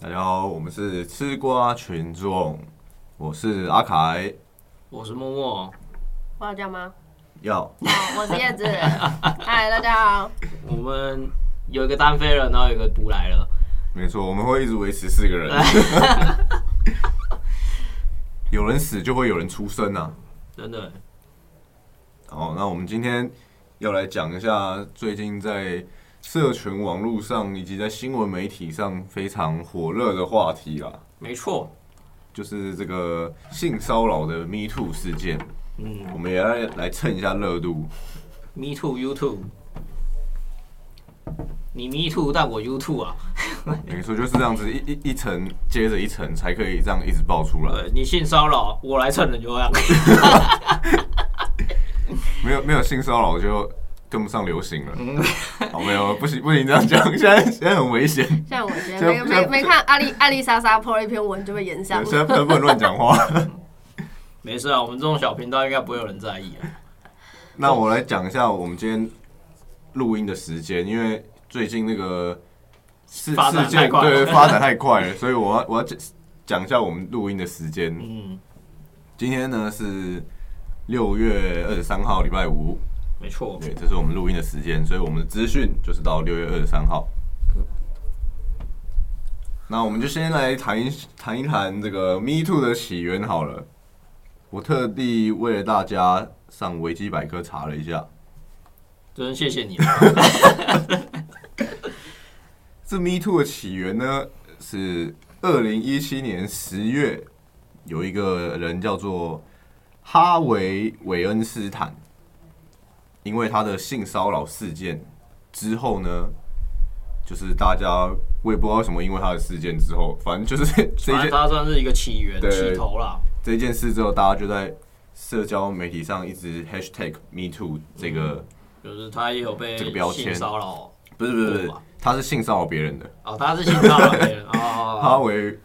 大家好，我们是吃瓜群众，我是阿凯，我是默默，我要叫吗？要好，我是叶子。 嗨，大家好。 我们有一个单飞了，然后有一个不来了。没错，我们会一直维持四个人。有人死就会有人出生啊。真的，好，那我们今天要来讲一下最近在社群网络上以及在新闻媒体上非常火热的话题啦，没错，就是这个性骚扰的 Me Too 事件。嗯我们也来来蹭一下热度。 ，me too，you too，你 me too，但我 you too 啊。没错，就是这样子一一一层接着一层，才可以这样一直爆出来。对你性骚扰，我来蹭人流量。没有没有性骚扰就跟不上流行了。嗯好，没有不行不行，这样讲现在现在很危险，像我今天这没这没没看艾丽艾丽莎莎 po 了一篇文就被延上现在了，不能不能乱讲话。 没事啊，我们这种小频道应该不会有人在意啊。那我来讲一下我们今天录音的时间，因为最近那个事发展事件太快了对发展太快了，所以我要我要讲讲一下我们录音的时间。嗯，今天呢是六月二十三号，礼拜五，没错，对，这是我们录音的时间，所以我们的资讯就是到六月二十三号。那我们就先来谈一谈一谈这个 Me Too 的起源好了。我特地为了大家上维基百科查了一下，真谢谢你啊。这 Me Too 的起源呢，是二零一七年十月，有一个人叫做哈维·韦恩斯坦，因为他的性骚扰事件之后呢，就是大家我也不知道为什么，因为他的事件之后，反正就是 这反正件它算是一个起源对起头啦。这件事之后，大家就在社交媒体上一直 Hashtag Me Too 这嗯个、就是他也有被这个标签性骚扰不是不是不是对吧，他是性骚扰别人的，哦，他是性骚扰 别人哦，哈维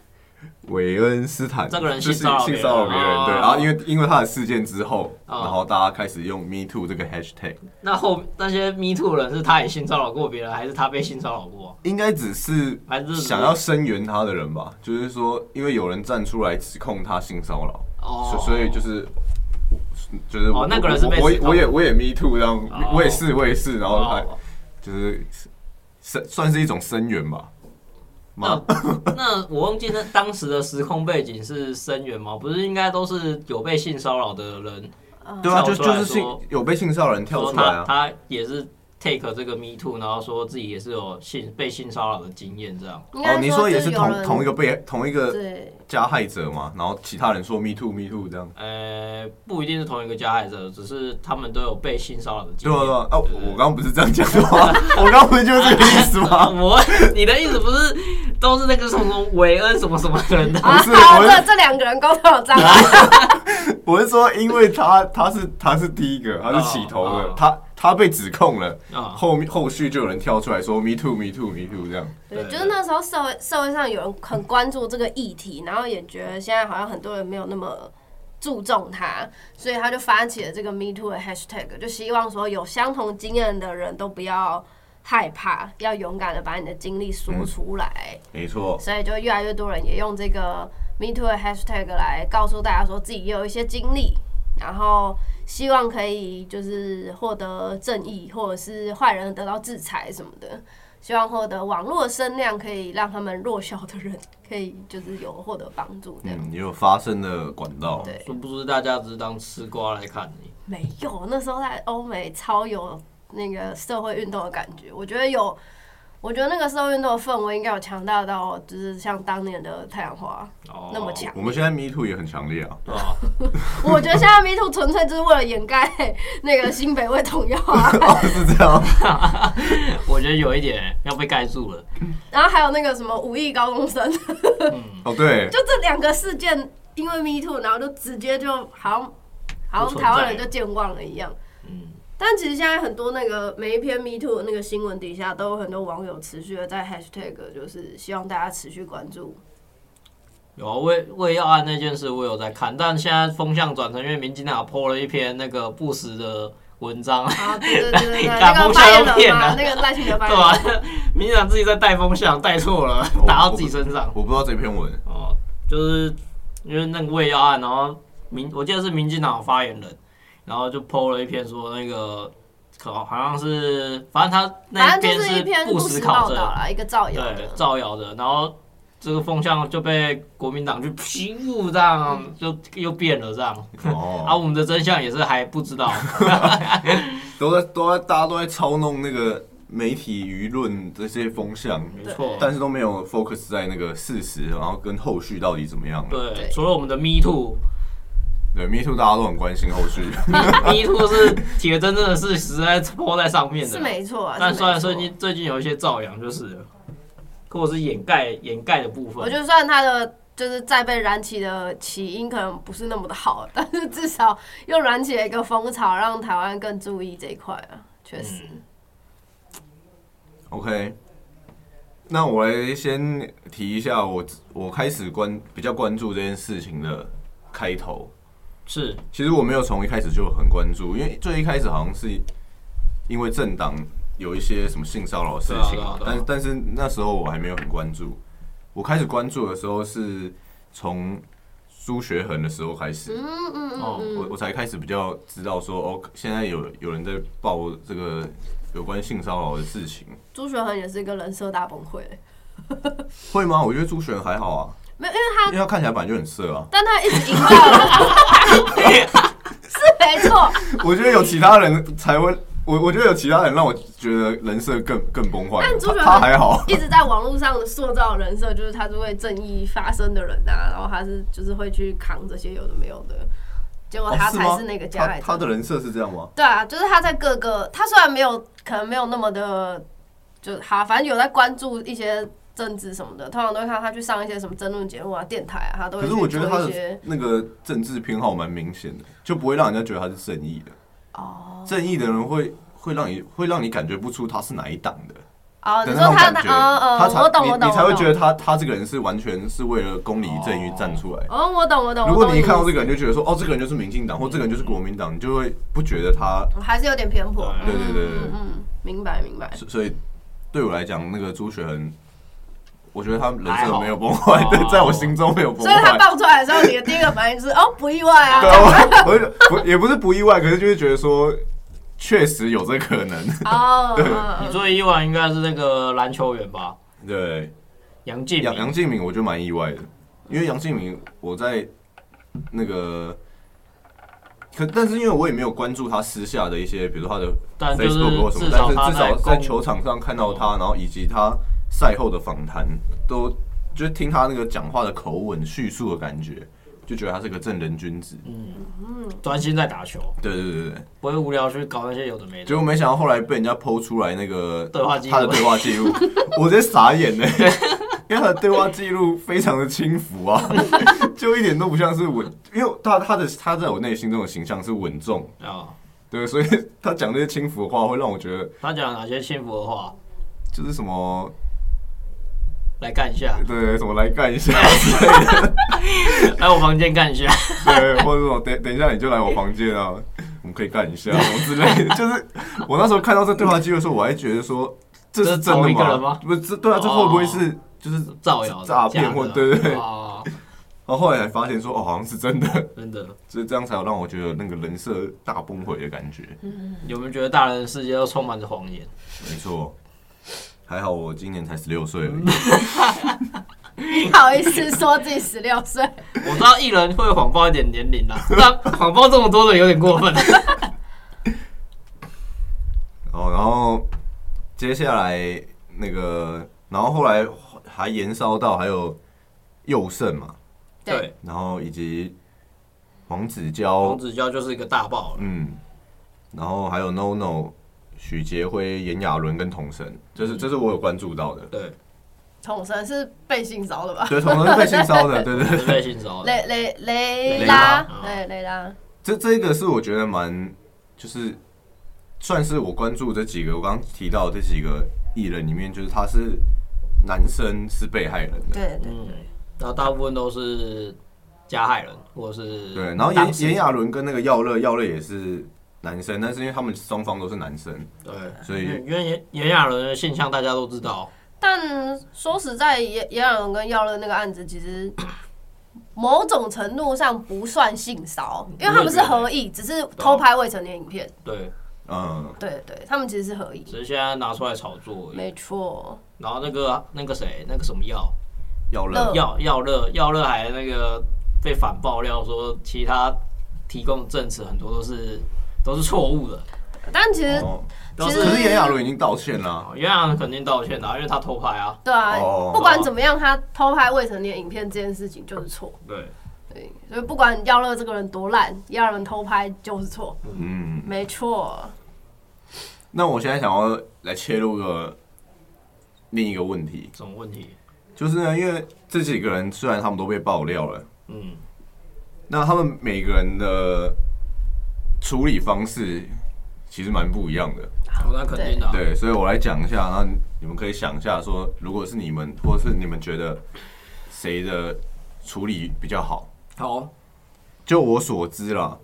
韦恩斯坦这个人就是性骚扰性别人骚扰别人，哦对，然后因为因为他的事件之后，哦然后大家开始用 Me Too 这个 hashtag，那后那些 me too 人是他也性骚扰过别人，还是他被性骚扰过？应该只是还是想要声援他的人吧，就是说，因为有人站出来指控他性骚扰，哦所，所以就是。就是我、哦那个人是被我我指控我也我也 me too 这样，哦我也是我也是，然后他哦就是声算是一种声援吧，那嘛，那我忘记那当时的时空背景是声援吗？不是应该都是有被性骚扰的人对啊，就跳出就来是性说有被性骚扰人跳说出来他啊，他也是 take 这个 me too，然后说自己也是有性被性骚扰的经验这样。应哦，该你说也就是是有同人嗯同一个被同一个对，加害者嘛，然后其他人说 me too me too 这样。呃，不一定是同一个加害者，只是他们都有被性骚扰的经对啊验。对啊，啊，我刚刚不是这样讲的吗？ 我刚刚不是就是这个意思啊， 吗？我你的意思不是都是那个什么韦恩什么什么人的？ 啊，不是好，我这这两个人沟通有障 碍，我是说，因为他他是他是第一个，他是起头哦的哦，他他被指控了，啊，后面后续就有人跳出来说 me too me too me too 这样。对，对就是那时候社会社会上有人很关注这个议题，然后也觉得现在好像很多人没有那么注重它，所以他就发起了这个 Me Too 的 Hashtag，就希望说有相同经验的人都不要害怕，要勇敢的把你的经历嗯说出来，没错，所以就越来越多人也用这个 Me Too 的 Hashtag 来告诉大家说自己也有一些经历，然后希望可以就是获得正义，或者是坏人得到制裁什么的。希望获得网络声量，可以让他们弱小的人可以就是有获得帮助。这样、嗯，也有发生的管道。对殊不知大家只是当吃瓜来看你。没有，那时候在欧美超有那个社会运动的感觉。我觉得有，我觉得那个社会运动的氛围应该有强大到，就是像当年的太阳花。哦，那么强我们现在 me too 也很强烈啊。 对啊， 我觉得现在 Me Too 纯粹就是为了掩盖那个新北味同药啊， 哦，是这样。我觉得有一点要被盖住了。然后还有那个什么武艺高中生，哦，对，就这两个事件，因为 Me Too，然后就直接就好像好不像存在台湾人就健忘了一样。嗯，但其实现在很多那个每一篇 Me Too 的那个新闻底下，都有很多网友持续的在 Hashtag，就是希望大家持续关注。有啊，为为要按那件事，我有在看，但现在风向转成，因为民进党 PO 了一篇那个不实的文章，啊，对对对 对对，打那个风发向言都骗人嘛，了那个赖清德 发对啊言吧人，？民进党自己在带风向，带错了我，打到自己身上。我不知道这篇文，哦，就是因为那个魏耀案，然后民我记得是民进党有发言人，然后就 PO 了一篇说那个可好像是，反正他那反正就是一篇不实实报考证，道啦，一个造谣对的，，造谣的，然后这个风向就被国民党去批复，这样就又变了这样。啊，哦，我们的真相也是还不知道，都在都在大家都在操弄那个媒体舆论这些风向，没错。但是都 没有 focus 在那个事实，然后跟后续到底怎么样。对对，除了我们的 Me Too，Me 对，Me Too 大家都很关心后续。 Too 是铁真真的是实在泼在上面的，是没错啊。但是虽然没最错近最近有一些造谣，就是了，或者是掩盖掩盖的部我分，就算他的就是再被燃起的起因可能不是那么的好， 但是至少又燃起了一个风潮，让台湾更注意这一块啊，确实。 OK，那我来先提一下我我开始关比较关注这件事情的开头。是 其实我没有从一开始就很关注，因为最一开始好像是因为政党有一些什么性骚扰的事情对啊嘛，对啊对但啊但是那时候我还没有很关注。我开始关注的时候是从苏学恒的时候开始，嗯嗯嗯哦我嗯，我才开始比较知道说哦，现在有有人在报这个有关性骚扰的事情，朱学恒也是一个人设大崩溃，会吗？我觉得朱璇还好啊，没有，因为。因为他看起来本来就很色啊但他一直赢到了， 是没错， 我觉得有其他人才会，我我觉得有其他人让我觉得人设更更崩坏但。朱他璇他还好，一直在网络上塑造人设，就是他是为正义发声的人呐、然后他是就是会去扛这些有的没有的，结果哦他吗才是那个加害他者。他的人设是这样吗？对啊，就是他在各个，他虽然没有，可能没有那么的，就好，反正有在关注一些政治什么的，通常都会看到他去上一些什么争论节目啊、电台啊，他都可会是我去觉得他做一的些那个政治偏好蛮明显的，就不会让人家觉得他是正义的。哦正义的人会会让你会让你感觉不出他是哪一党的。哦，的你那说种他感那觉，嗯他嗯，才我懂你我懂，你才会觉得，得他他这个人是完全是为了公理正义站出来。哦，我懂我懂，如我果懂你一看到意这个人就觉得说，哦，这个人就是民进党，或这个人就是国民党，你就会不觉得他。思，嗯还是有点偏颇，对对对对嗯嗯嗯，明白明白，所所以对我来讲，那个朱雪恒，我觉得他人还设好没有崩坏，对哦，在我心中没有崩所以他坏。爆出来的时候，你的第一个反应是哦，不意外对啊，啊，我我就不也不是不意外，可是就是觉得说，确实有这可能。哦，嗯嗯你 嗯最意外应该是那个篮球员吧，对，杨敬杨敏，杨敬敏，我就蛮意外的，因为杨敬敏我在那个，可但是因为我也没有关注他私下的一些，比如说他的但啊就是 Facebook 或什么，至但少是他至少在公嗯球场上看到他，然后以及他赛后的访谈，都就是听他那个讲话的口吻叙述的感觉，就觉得他是个正人君子。嗯专心在打球，对对对对对，不会无聊去搞那些有的没结的。果没想到后来被人家剖出来那个对话记录他的对话记 录，我直接傻眼呢、因为他的对话记录非常的轻浮啊， 就一点都不像是稳，因为他他的他在我内心中的形象是稳重，啊，对，所以他讲这些轻浮的话会让我觉得他讲哪些幸福的话就是什么来干一下， 对什么来干一下，来我房间干一下。对，或者什么等等一下你就来我房间啊， 我们可以干一 下什么之类的，就是我那时候看到这对话记录的时候，我还觉得说这是真这是同的一个吗？人吗哦不是这对啊，这会不会是就是造谣的诈骗或假的对对对哦，然后后来才发现说，哦，好像是真的， 真的所以这样才有让我觉得那个人设大崩毁的感觉。有没有觉得大人的世界都充满着谎言？没错，还好我今年才十六岁而已，你好意思说自己十六岁，我知道艺人会谎报一点年龄啦， 但谎报这么多的有点过分。哦，然后接下来那个，然后后来还延烧到还有佑胜嘛，对，然后以及黄子黄佼，子佼就是一个大爆了，嗯，然后还有 No No、许杰辉、炎亚纶跟童神，这嗯是这是我有关注到的， 对，统神是被性骚的吧？对，童神是被性骚的，对对对 是被性骚扰。雷雷雷雷拉拉，对雷拉，这这个是我觉得蛮，就是算是我关注这几个我刚刚提到的这几个艺人里面，就是他是男生是被害人的，对对嗯，然后大部分都是加害人或者是对，然后当事嗯炎人炎亚纶跟那个耀乐，耀乐也是男生，但是因为他们双方都是男生，对，所以因为炎炎亚纶的现象大家都知道，但说实在，也也有人跟耀乐那个案子，其实某种程度上不算性骚扰，因为他们是合意，只啊是偷拍未成年影片。对，嗯，对对，他们其实是合意，只是现在拿出来炒作而已。没错。然后那个啊那个谁，那个什么药要热嗯 药药乐药乐还那个被反爆料说，其他提供的证词很多都是都是错误的，但其实哦，都其是实可是炎亚纶已经道歉了，啊炎亚纶肯定道歉的啊、因为他偷拍啊。对啊哦，不管怎么样，他偷拍未成年影片这件事情就是错。对，对，所以不管耀乐这个人多烂，耀人偷拍就是错，嗯，没错。那我现在想要来切入个另一个问题，什么问题？就是呢，因为这几个人虽然他们都被爆料了，嗯，那他们每个人的处理方式其实蛮不一样的，哦，那肯定的啊、对，所以我来讲一下，那你们可以想一下说，如果是你们，或是你们觉得谁的处理比较好？好，就我所知啦，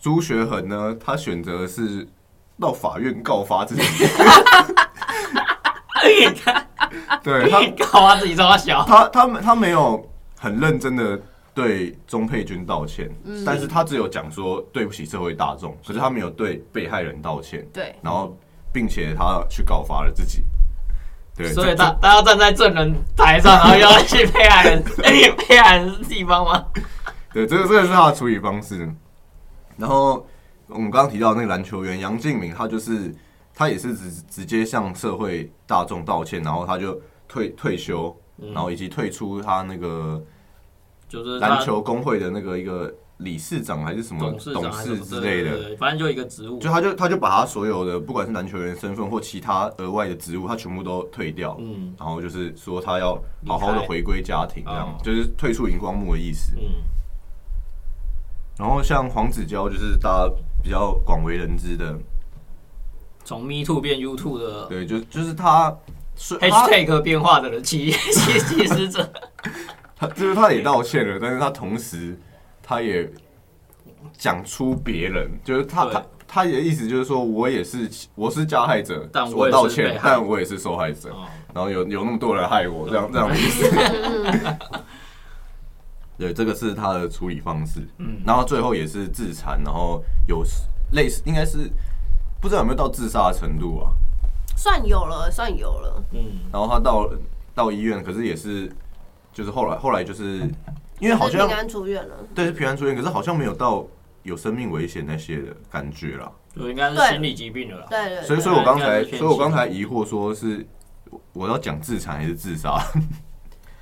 朱学恒呢，他选择的是到法院告发自己， 对他，哎搞啊自己抓小。他他们他没有很认真的对钟佩君道歉，嗯但是他只有讲说对不起社会大众，可是他没有对被害人道歉，对，然后并且他去告发了自己，对，所以这大大家站在证人台上，然后要去配害 人，配害人地方吗？对，这个这个是他的处理方式。然后我们刚刚提到那个篮球员杨敬敏，他就是他也是直直接向社会大众道歉，然后他就退退休，嗯然后以及退出他那个就是他篮球工会的那个一个理事长还是什么董事长董还是事什么之类，对对的。对反正就一个职务就。他就他就把他所有的不管是篮球员身份或其他额外的职务，他全部都退掉，嗯然后就是说他要好好离的开回归家庭，这样哦就是退出荧光幕的意思。嗯，然后像黄子佼，就是大家比较广为人知的，从 Me Too 变 You Too 的对，就就是他，是他 Hashtag 变化的 人，其其其实这他就是他也道歉了，但是他同时他也讲出别人，就是他对他他的意思就是说我也是我是加害者，但我我也是道被歉，害但我也是受害者，哦嗯然后有有那么多人害我，这样这样的意思。 对，这个是他的处理方式。嗯，然后最后也是自残，然后有类似应该是不知道有没有到自杀的程度啊。算有了，算有了。嗯，然后他到到医院，可是也是就是后来后来就是因为好就是像平安出院了。对是平安出院，可是好像没有到有生命危险那些的感觉啦。就应该是对心理疾病了啦。对对对，所以所以我刚才应该是全所以我新的刚才疑惑说是我我要讲自残还是自杀？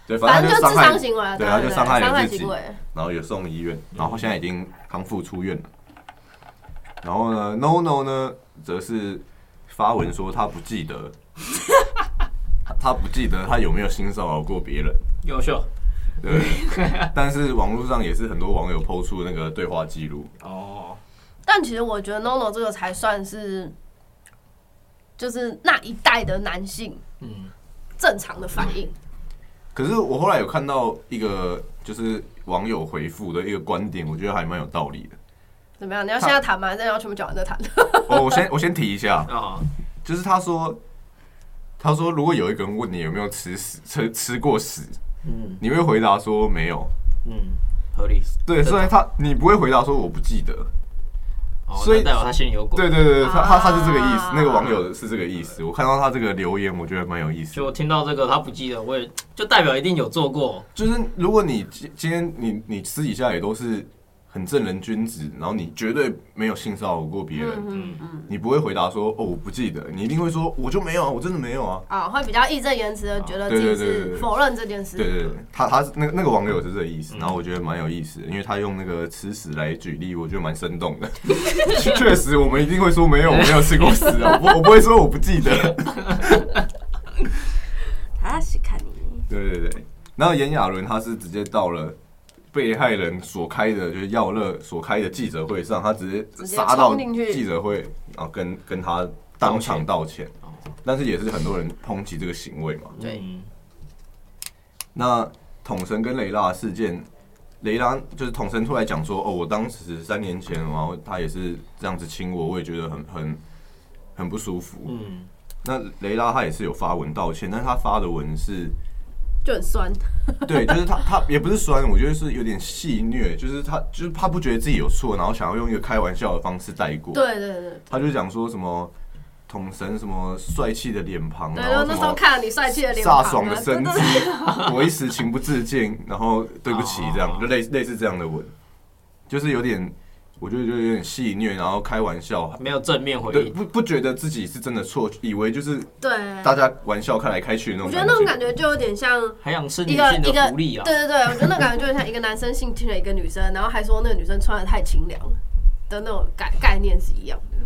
对，反反正正就他智伤商害，行为啊，对啊，他就对伤害了伤害自己行为。然后有送医院，然后现在已经康复出院了。然后呢，No No 呢，则是发文说他不记得，他他不记得他有没有性骚扰过别人。优秀对，但是网络上也是很多网友抛出那个对话记录，哦，但其实我觉得 NONO 这个才算是，就是那一代的男性嗯，正常的反应。可是我后来有看到一个就是网友回复的一个观点，我觉得还蛮有道理的。 怎么样？你要现在谈吗？还是要全部讲完再谈？哦，我先我先提一下，哦，就是他说，他说如果有一个人问你有没有吃屎吃吃过屎，嗯你会回答说没有。嗯，合理。对，虽然他你不会回答说我不记得。哦，所以那代表他心里有鬼。对对对，他他他是这个意思啊，那个网友是这个意思。我看到他这个留言，我觉得蛮有意思的。就听到这个，他不记得，我也就代表一定有做过。就是如果你今今天你你私底下也都是很正人君子，然后你绝对没有性骚扰过别人，嗯嗯。你不会回答说哦我不记得，你一定会说我就没有啊，我真的没有啊。啊，会比较义正言辞的觉得对自对己对对是对否认这件事。对对对，他他是那个那个网友是这个意思，然后我觉得蛮有意思的，因为他用那个吃屎来举例，我觉得蛮生动的。 确实，我们一定会说没有，我没有吃过屎啊，我不我不会说我不记得。他是看你，对对对，然后炎亚纶他是直接到了被害人所开的，就是耀乐所开的记者会上，他直接接杀到冲进去记者会，然后跟跟他当场道歉道歉，哦但是也是很多人抨击这个行为嘛。对嗯那统神跟雷拉事件，雷拉就是统神出来讲说，哦，我当时三年前，然后他也是这样子亲我，我也觉得很很很不舒服。嗯，那雷拉他也是有发文道歉，但是他发的文是，就很酸。 对，就是他他也不是酸，我觉得是有点戏虐，就是他就是他不觉得自己有错，然后想要用一个开玩笑的方式带过。对对对。他就讲说什么统神什么帅气的脸庞，对，然后那什时候么看了你帅气的脸庞、啊，飒爽的身真姿， 我一时情不自禁，然后对不起，这样哦就类类似这样的文，就是有点，我觉得就有点戏虐，然后开玩笑，没有正面回对，应。不不觉得自己是真的错，以为就是对，大家玩笑开来开去的那我种觉感得觉。那种感觉就有点像，还想吃一女个性一个的福利啊！对对对，我觉得那感觉就很像一个男生性侵了一个女生，然后还说那个女生穿的太清凉了的那种概概念是一样的。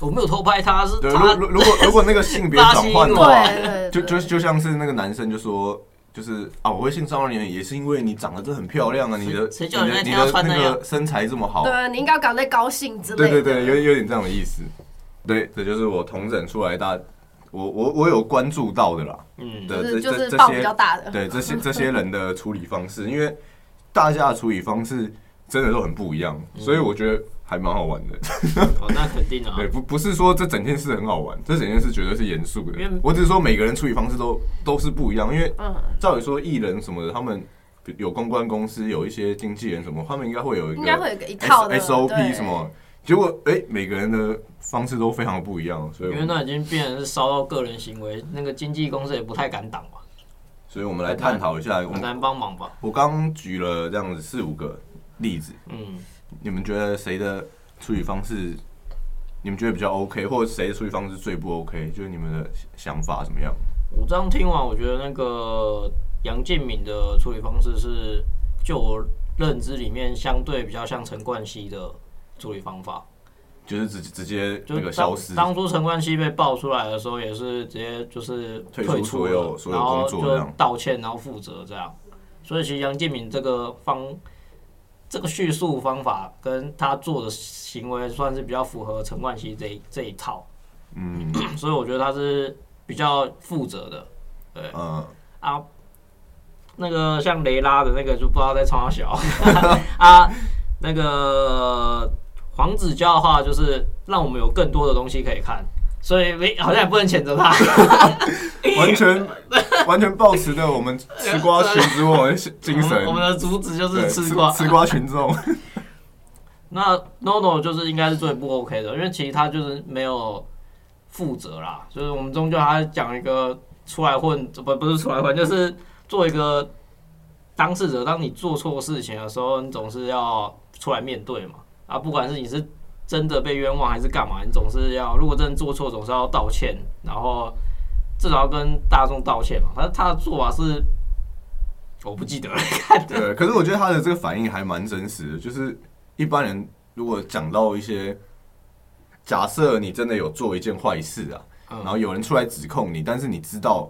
我没有偷拍他，是对，他如如如果如果那个性别 转换的话，对对对，就就就像是那个男生就说。就是啊，我会性骚扰你，也是因为你长得真的很漂亮啊，你的谁你叫人的你家一定要的穿那那样个身材这么好，对，啊你应该要搞那高兴之类对的。对啊对，有有点这样的意思。对，这就是我同整出来大，我我我有关注到的啦。嗯，的就这是就是这这爆比较些，大的。对这些这些人的处理方式，因为大家的处理方式真的都很不一样，所以我觉得还蛮好玩的。哦，那肯定啊， 对，不不是说这整件事很好玩，这整件事绝对是严肃的因为。我只是说每个人处理方式都都是不一样，因为嗯，照理说艺人什么的，他们有公关公司，有一些经纪人什么，他们应该会有一个应该会有一个一套 S 的 S O P 对什么，结果哎、诶每个人的方式都非常不一样，所以因我为们那已经变成是烧到个人行为，那个经纪公司也不太敢挡吧，所以我们来探讨一下。我很们难帮忙吧。我刚举了这样子四五个例子，嗯，你们觉得谁的处理方式，你们觉得比较 O、k 或者谁的处理方式最不 O、k 就是你们的想法怎么样？我这样听完，我觉得那个杨建敏的处理方式是，就我认知里面相对比较像陈冠希的处理方法，就是直直接那就是个当消失，当初陈冠希被爆出来的时候，也是直接就是退出出所有所有然后工作这样就道歉，然后负责这样。所以其实杨建敏这个方这个叙述方法跟他做的行为，算是比较符合陈冠希这一这一套，嗯所以我觉得他是比较负责的呃，啊。那个像雷拉的那个就不知道在冲 他小啊，那个黄子佼的话，就是让我们有更多的东西可以看，所以没好像也不能谴责他。 完全完全抱持的我们吃瓜群众的精我神们我，们的主旨就对是吃瓜。吃瓜群众， 那 NONO 就是应该是最不 OK 的，因为其实他就是没有负责啦，就是我们终究还是讲一个出来混，不不是出来混，就是做一个当事者。当你做错事情的时候，你总是要出来面对嘛。啊，不管是你是真的被冤枉还是干嘛，你总是要，如果真的做错，总是要道歉，然后至少要跟大众道歉嘛。他他的做法是，我不记得了。对，可是我觉得他的这个反应还蛮真实的，就是一般人如果讲到一些，假设你真的有做一件坏事啊，嗯然后有人出来指控你，但是你知道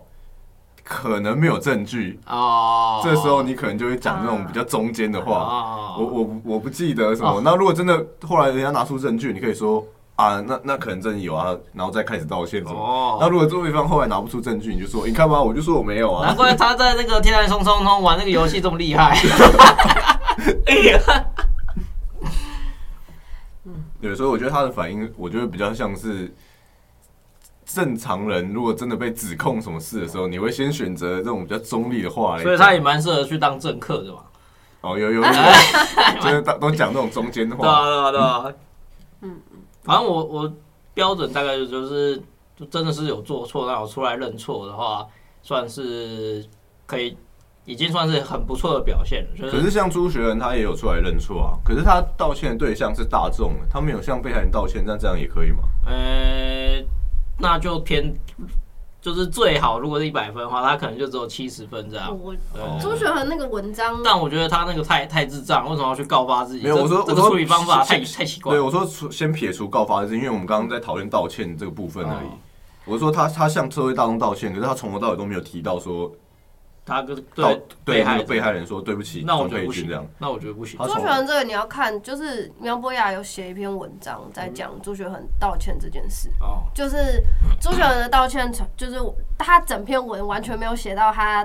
可能没有证据，哦，这时候你可能就会讲那种比较中间的话，哦我我不我不记得什么。那如果真的后来人家拿出证据，你可以说啊，那那可能真的有啊，然后再开始道歉什么。哦，那如果对方后来拿不出证据，你就说你看吧，我就说我没有啊难。怪他在那个《天台冲冲冲》玩那个游戏这么厉害。 对，所以我觉得他的反应，我觉得比较像是正常人，如果真的被指控什么事的时候，你会先选择这种比较中立的话来讲。所以他也蛮适合去当政 客的嘛。哎哦，有有有，就是都都讲那种中间的对啊，话。对啊，对啊。嗯反正我我标准大概就就是，就真的是有做错，那我出来认错的话，算是可以，已经算是很不错的表现了。就可是是像朱学仁，他也有出来认错啊。可是他道歉的对象是大众，他没有向被害人道歉，那这样也可以吗？呃，那就偏就是最好，如果是一百分的话，他可能就只有七十分这样。我对哦朱雪恒那个文嗯章，但我觉得他那个太太智障，为什么要去告发自己？没有这我说这我个说处理方法是太是太奇怪对，。我说除先撇除告发的事，因为我们刚刚在讨论道歉这个部分而已。哦我是说他他向社会大众道歉，可是他从头到尾都没有提到说他跟道对对被那害个人被害人说对不起，那我钟觉得佩不君行这样。，那我觉得不行他。朱雪恒这个你要看，就是苗博雅有写一篇文章在讲朱雪恒道歉这件事。哦，就是朱雪儿的道歉，就是他整篇文完全没有写到他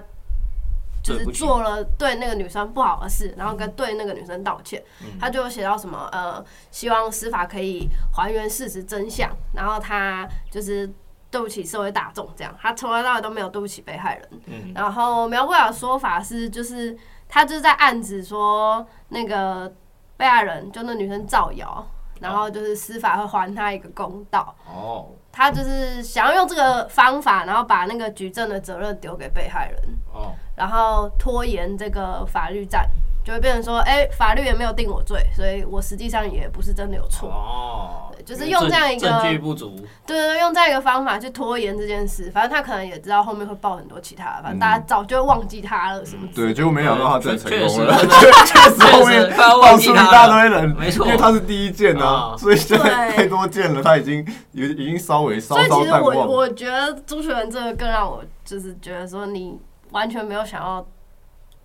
就对是不起做了对那个女生不好的事，然后跟对那个女生道歉。嗯他就有写到什么呃，希望司法可以还原事实真相，然后他就是对不起社会大众这样，他从头到尾都没有对不起被害人。嗯然后苗博雅的说法是，就是他就是在暗指说那个被害人就那女生造谣，然后就是司法会还他一个公道。哦，他就是想要用这个方法，然后把那个举证的责任丢给被害人，哦，然后拖延这个法律战，就会变成说，哎、法律也没有定我罪，所以我实际上也不是真的有错。哦，对就是用这样一个证证据不足，对对对，用这样一个方法去拖延这件事，反正他可能也知道后面会报很多其他的，反正大家早就会忘记他了什么之类对，的。结果没想到他真的确成实功了，真 确实 后面确实爆出一大堆人，没错因为他是第一件啊，啊所以现在对太多件了，他已经已已经稍微稍所以稍其实淡我忘。我觉得朱学文这个更让我就是觉得说你完全没有想要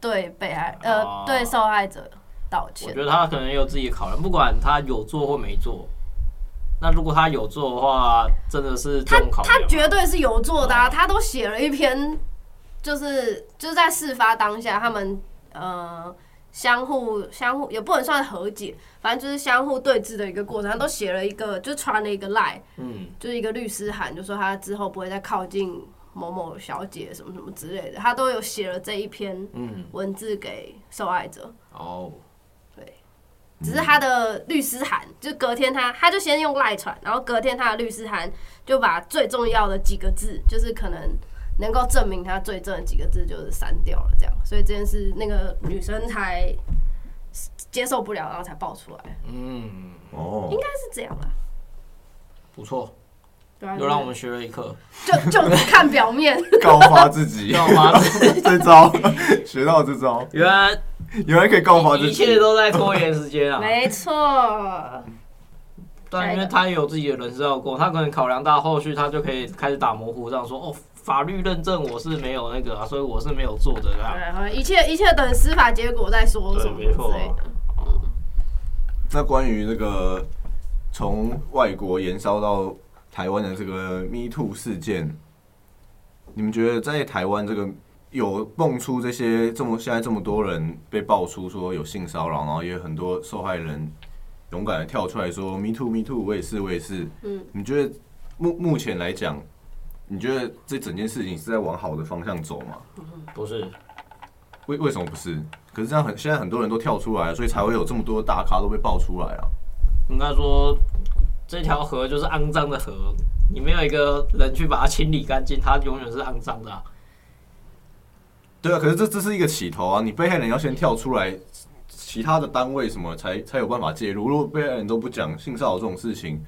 对被害呃、哦对受害者道我歉觉，得他可能也有自己的考量，不管他有做或没做。那如果他有做的话，真的是他重考量他绝对是有做的、啊，哦他都写了一篇，就是就是在事发当下他们呃。相互相互也不能算和解，反正就是相互对峙的一个过程。他都写了一个，就传了一个 line，嗯，就是一个律师函，就说他之后不会再靠近某某小姐什么什么之类的。他都有写了这一篇嗯，文字给受害者，哦，只是他的律师函，就隔天他他就先用赖传，然后隔天他的律师函就把最重要的几个字，就是可能能够证明他罪证的几个字，就是删掉了这样，所以这件事那个女生才接受不了，然后才爆出来，嗯，哦，应该是这样啦。不错，啊对啊，又让我们学了一课，就就看表 面，告发自己，告 发自这招学到这招，原来原来可以告发自一己切。都在拖延时间啊。没错，但啊因为他也有自己的人生要过，他可能考量到后续，他就可以开始打模糊，这样说哦，法律认证我是没有那个啊，所以我是没有做的啊。对，好像一切一切等司法结果再说对什么之没错类的。那关于这个从外国延烧到台湾的这个 Me Too 事件，你们觉得在台湾这个有蹦出这些这么现在这么多人被爆出说有性骚扰，然后也有很多受害人勇敢的跳出来说 Me Too Me Too，我也是我也是。嗯，你觉得目目前来讲，你觉得这整件事情是在往好的方向走吗？不是，为为什么不是？可是这样很现在很多人都跳出来了，所以才会有这么多大咖都被爆出来啊。应该说这条河就是肮脏的河，你没有一个人去把它清理干净，它永远是肮脏的啊、对啊，可是这这是一个起头啊，你被害人要先跳出来，其他的单位什么才才有办法介入。如果被害人都不讲性骚扰这种事情，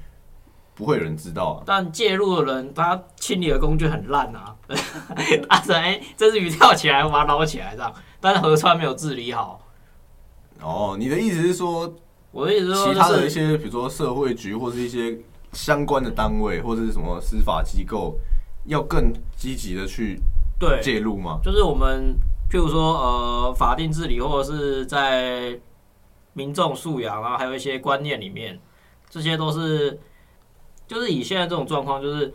不会有人知道啊。但介入的人，他清理的工具很烂啊， 他说：“哎、这只鱼跳起来，我把它捞起来这样。”但是河川没有治理好，哦，你的意思是说，我的意思是说、其就他的是一些，比如说社会局或是一些相关的单位或者是什么司法机构，要更积极的去对介入吗？哦就是我们譬如说呃法定治理，或者是在民众素养，然后还有一些观念里面，这些都是就是以现在这种状况，就是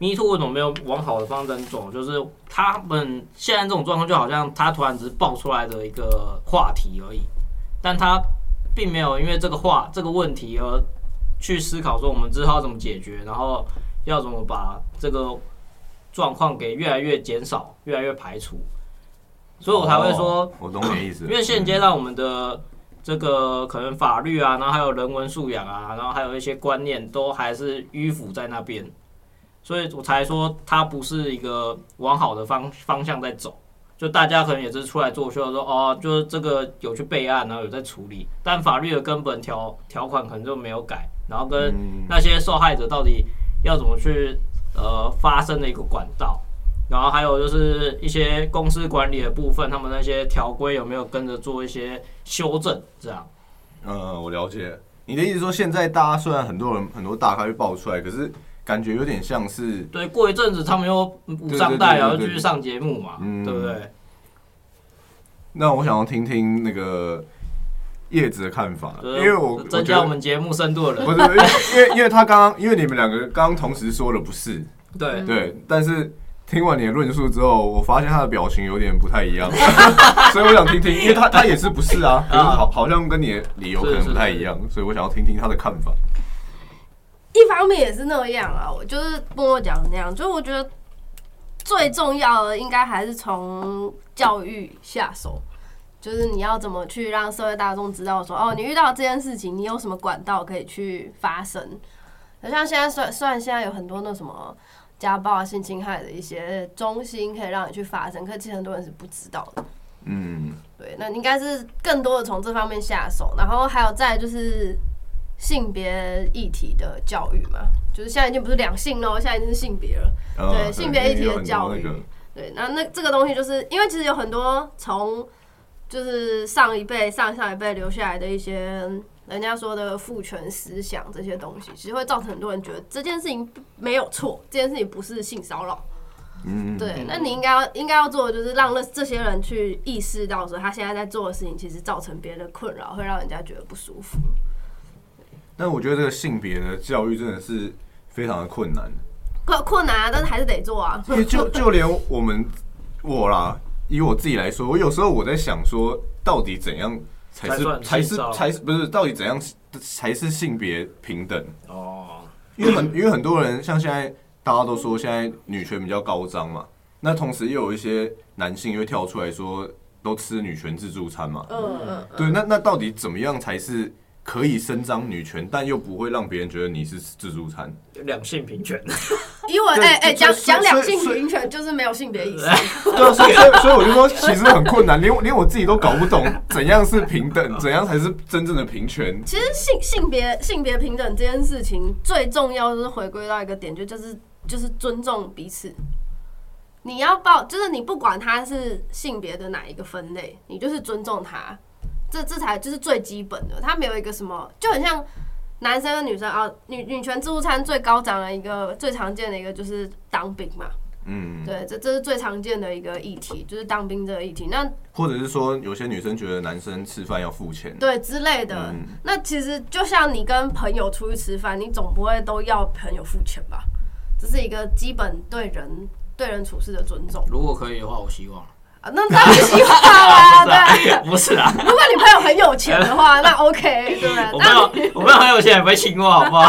Me Too 为什么没有往好的方向走？就是他们现在这种状况，就好像他突然只是爆出来的一个话题而已，但他并没有因为这个话这个问题而去思考说我们之后要怎么解决，然后要怎么把这个状况给越来越减少、越来越排除，所以我才会说。哦我懂你的意思因。为现阶段我们的这个可能法律啊，然后还有人文素养啊，然后还有一些观念都还是迂腐在那边，所以我才说它不是一个往好的方方向在走。就大家可能也是出来作秀说哦，就是这个有去备案，然后有在处理，但法律的根本条条款可能就没有改，然后跟嗯那些受害者到底要怎么去呃发生的一个管道，然后还有就是一些公司管理的部分，他们那些条规有没有跟着做一些修正？这样呃，我了解你的意思，说现在大家虽然很多人很多大咖被爆出来，可是感觉有点像是。对，过一阵子他们又不上代了，对对对对又继续上节目嘛，嗯对不对？那我想要听听那个叶子的看法，就是因为我增嗯加我们节目深度的我觉人，得嗯不是，因为因为因为他刚刚因为你们两个刚刚同时说了不是，对对，但是听完你的论述之后，我发现他的表情有点不太一样， 所以我想听听，因为他他也是不是啊，可是好好像跟你的理由可能不太一样，所以我想要听听他的看法。一方面也是那样啊，我就是跟我讲的那样，就是我觉得最重要的应该还是从教育下手，就是你要怎么去让社会大众知道说，哦，你遇到这件事情，你有什么管道可以去发声。就像现在虽虽然现在有很多那什么家暴啊、性侵害的一些中心可以让你去发声，可是其实很多人是不知道的。嗯，对，那你应该是更多的从这方面下手，然后还有再来就是性别议题的教育嘛，就是现在已经不是两性喽，现在已经是性别了。呃对性别议题的有很多教育那个对，那那这个东西就是因为其实有很多从就是上一辈、上上一辈留下来的一些人家说的父权思想这些东西，其实会造成很多人觉得这件事情没有错，这件事情不是性骚扰。嗯，对，那你应该要应该要做的就是让那这些人去意识到说，他现在在做的事情其实造成别人的困扰，会让人家觉得不舒服。但我觉得这个性别的教育真的是非常的困难，困困难啊，但是还是得做啊。因为 就就连我们我啦，以我自己来说，我有时候我在想说，到底怎样才才是算才性是骚扰才是不是到底怎样才是性别平等？哦，因为很因为很多人像现在大家都说现在女权比较高涨嘛，那同时又有一些男性又会跳出来说都吃女权自助餐嘛，嗯嗯，对，那那到底怎么样才是可以伸张女权，但又不会让别人觉得你是自助餐？两性平权，因为对哎哎，就讲就讲两性 所以平权就是没有性别意识。对啊，所以所以所以我就说其实很困难，连我连我自己都搞不懂怎样是平等，怎样才是真正的平权。其实性性别性别平等这件事情最重要就是回归到一个点，就就是就是尊重彼此。你要抱，就是你不管他是性别的哪一个分类，你就是尊重他，这这才就是最基本的。他没有一个什么，就很像男生跟女生啊，女女权自助餐最高涨的一个最常见的一个就是当兵嘛，嗯，对，这这是最常见的一个议题，就是当兵这个议题。那或者是说有些女生觉得男生吃饭要付钱，对之类的。嗯那其实就像你跟朋友出去吃饭，你总不会都要朋友付钱吧？这是一个基本对人对人处事的尊重如果可以的话，我希望。 啊。那当然喜欢啦，对。不是啊，如果你朋友很有钱的 话，那 OK，对不对？我没那有，我没有很有钱，也不会请我，好不好？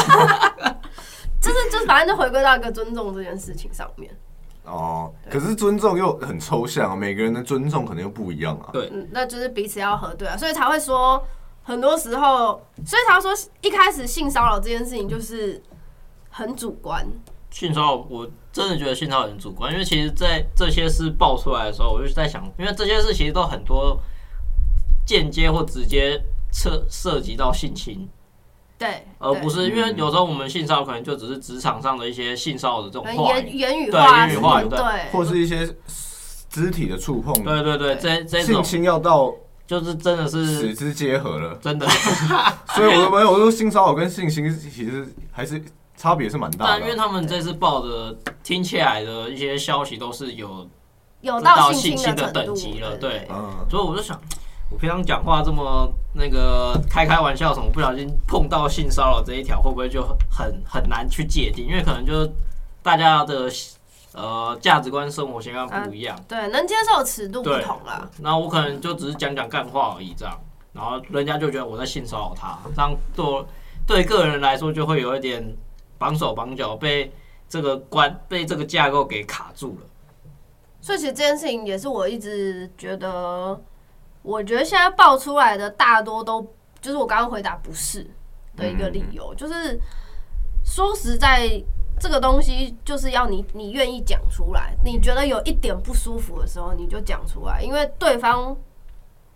就是就是，反正就回归到一个尊重这件事情上面。哦，可是尊重又很抽象啊，每个人的尊重可能又不一样啊。对，嗯，那就是彼此要核对啊，所以才会说，很多时候，所以才会说一开始性骚扰这件事情就是很主观，性骚扰，我真的觉得性骚扰很主观，因为其实，在这些事爆出来的时候，我就在想，因为这些事其实都很多间接或直接涉涉及到性侵，对，而呃对不是因嗯为有时候我们性骚扰可能就只是职场上的一些性骚扰的这种可能话言语，言语对化言语什化么对对，或是一些肢体的触碰，对对对，这这性种侵要到就是真的死是之结合了。真的，所以我们我说性骚扰跟性侵其实还是差别是蛮大但因为的。啊他们这次报的听起来的一些消息都是有有到到性性侵侵的的等程级度了对嗯，所以我就想，我平常讲话这么那个开开玩笑什么，不小心碰到性骚扰这一条，会不会就很很难去界定？因为可能就是大家的呃价值观、生活习惯嗯不一样，对，能接受的尺度不对同啦。然后我可能就只是讲讲干话而已这样，然后人家就觉得我在性骚扰他，这样对我对个人来说就会有一点绑手绑脚，被这个关被这个架构给卡住了。所以其实这件事情也是我一直觉得，我觉得现在爆出来的大多都就是我刚刚回答不是的一个理由，就是说实在。这个东西就是要你，你愿意讲出来。你觉得有一点不舒服的时候，你就讲出来，因为对方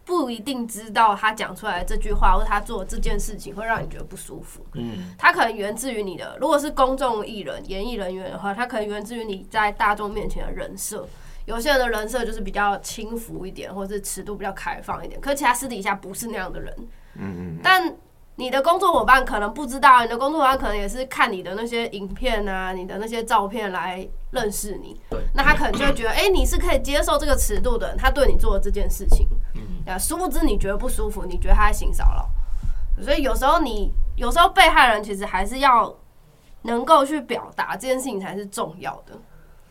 不一定知道他讲出来这句话或他做这件事情会让你觉得不舒服。嗯，它可能源自于你的，如果是公众艺人、演艺人员的话，它可能源自于你在大众面前的人设。有些人的人设就是比较轻浮一点，或是尺度比较开放一点，可其他私底下不是那样的人。嗯嗯。但你的工作伙伴可能不知道，你的工作伙伴可能也是看你的那些影片啊、你的那些照片来认识你。对。那他可能就会觉得，哎、你是可以接受这个尺度的人，他对你做的这件事情，啊，殊不知你觉得不舒服，你觉得他在性骚扰，所以有时候你，有时候被害人其实还是要能够去表达这件事情才是重要的。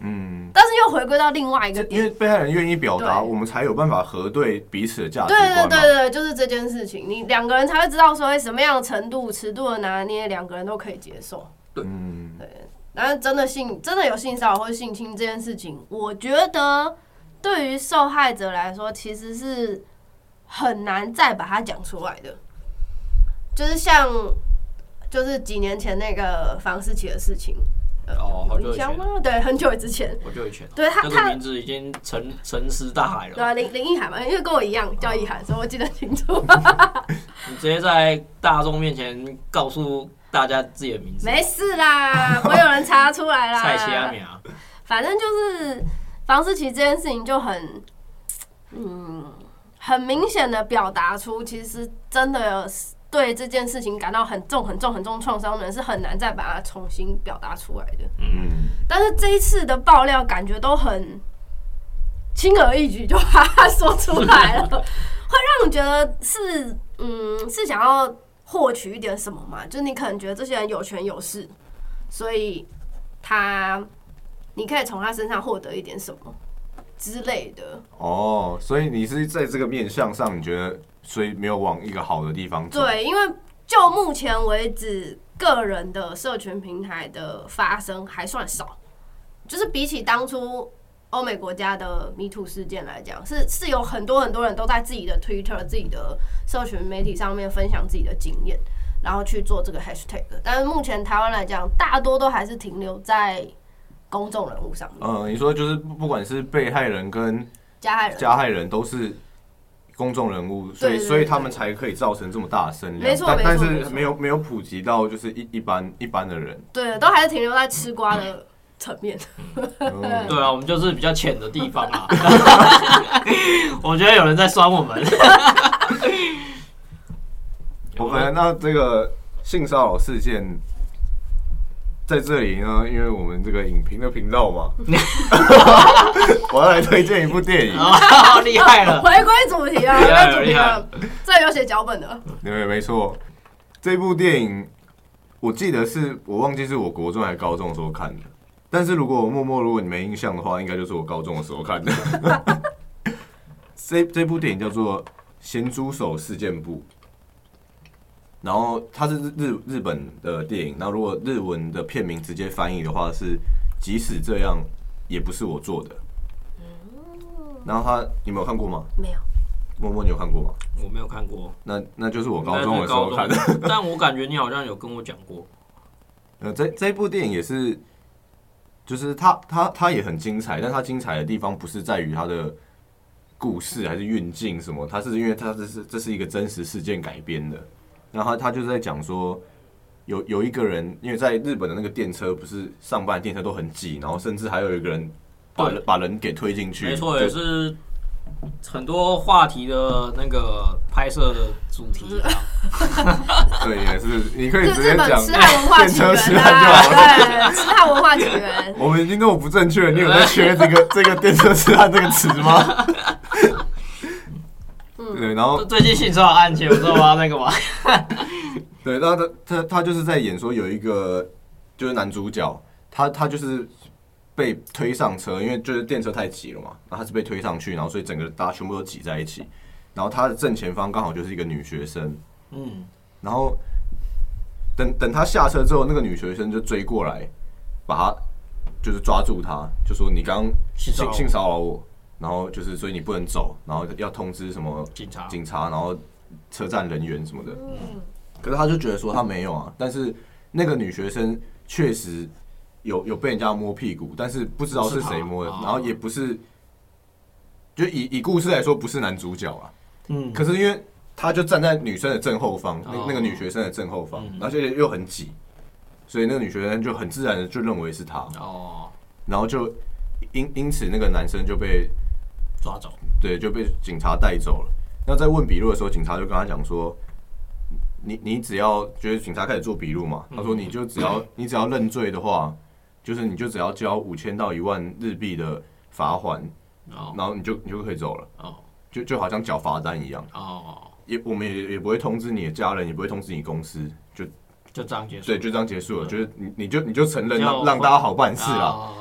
嗯，但是又回归到另外一个因点为，被害人愿意表达，对我们才有办法核对彼此的价值对啊观嘛。对对对，就是这件事情，你两个人才会知道说哎什么样的程度、尺度的拿捏，两个人都可以接受。嗯，然后真的性真的有性骚扰或者性侵这件事情，我觉得对于受害者来说，其实是很难再把它讲出来的。就是像，就是几年前那个房思琪的事情，呃哦好久以前有印象吗？对，很久之前，我就以前对他这个他名字已经沉沉思大海对了。啊，林林奕涵嘛，因为跟我一样叫奕涵，所以我记得清楚。你直接在大众面前告诉大家自己的名字，没事啦， 不会有人查出来啦。蔡奇阿米啊，反正就是房思琪这件事情就很，嗯，很明显的表达出，其实真的有对这件事情感到很重、很重、很重创伤的人，是很难再把它重新表达出来的。嗯，但是这一次的爆料，感觉都很轻而易举就把它说出来了，会让你觉得是，嗯，是想要获取一点什么嘛？就是你可能觉得这些人有权有势，所以他你可以从他身上获得一点什么之类的。哦，所以你是在这个面向上，你觉得所以没有往一个好的地方走？对，因为就目前为止，个人的社群平台的发生还算少，就是比起当初欧美国家的 Me Too 事件来讲，是是有很多很多人都在自己的 Twitter、自己的社群媒体上面分享自己的经验，然后去做这个 Hashtag 的。但是目前台湾来讲，大多都还是停留在公众人物上面，嗯，你说就是不不管是被害人跟加害人。加害人都是公众人物，所以对对所以他们才可以造成这么大的声量。没错但没错但没是错没有没有普及到就是一一般一般的 人。对，都还是停留在吃瓜的层 面。嗯对啊，我们就是比较浅的地方 啊。我觉得有人在酸我们。 OK，那这个性骚扰事件在这里呢，因为我们这个影评的频道 嘛， 我要来推荐一部电影。好厉害了， 回归主题了，厉回害了归主题厉害了了，这有写脚本的。对，没错，这部电影我记得是我忘记是我国中还是高中的时候看的，但是如果我默默，如果你没印象的话，应该就是我高中的时候看的。 这这部电影叫做《咸猪手事件簿》，然后它是日日日本的电影，那如果日文的片名直接翻译的话是“即使这样也不是我做的”。然后他，你们有看过吗？没有。默默，你有看过吗？我没有看过，那那就是我高中的时候看的。的， 但我感觉你好像有跟我讲过，呃，这这一部电影也是，就是它它它也很精彩，但它精彩的地方不是在于它的故事还是运镜什么，它是因为它这是这是一个真实事件改编的，然后它它就是在讲说。有有一个人，因为在日本的那个电车不是上班电车都很挤，然后甚至还有一个人把对人把人给推进去，没错，就也是很多话题的那个拍摄的主题 啊。对，也是你可以日直日接本讲痴汉文化电起车痴源汉就好了。啊，对，痴汉文化起源。我们已经那么不正确，你有在缺这个这个电车痴汉这个词吗？对，然后最近性骚扰案件，不知道吗？那个 嘛，对，然后他他他就是在演说有一个就是男主角，他他就是被推上车，因为就是电车太挤了嘛，然后他是被推上去，然后所以整个大家全部都挤在一起，然后他的正前方刚好就是一个女学生，嗯，然后等等他下车之后，那个女学生就追过来，把他就是抓住他，就说你刚刚性骚扰性性我骚扰我，然后就是所以你不能走，然后要通知什么警察警察，然后车站人员什么的。可是他就觉得说他没有啊，但是那个女学生确实有有被人家摸屁股，但是不知道是谁摸的，不是她然后也不是，就以以故事来说不是男主角啊，嗯，可是因为他就站在女生的正后方，那、哦那个女学生的正后方嗯，而且又很挤，所以那个女学生就很自然的就认为是他，哦，然后就因因此那个男生就被抓走，对就被警察带走了。那在问笔录的时候，警察就跟他讲说：“你你只要就是警察开始做笔录嘛，他说你就只要你只要认罪的话，就是你就只要交五千到一万日币的罚款，哦然后你就你就可以走了，哦就就好像缴罚单一样。”哦，也我们也也不会通知你的家人，也不会通知你公司，就就这样结束，对，就这样结束了。就是你你就你就承认啊就让让大家好办事啦。哦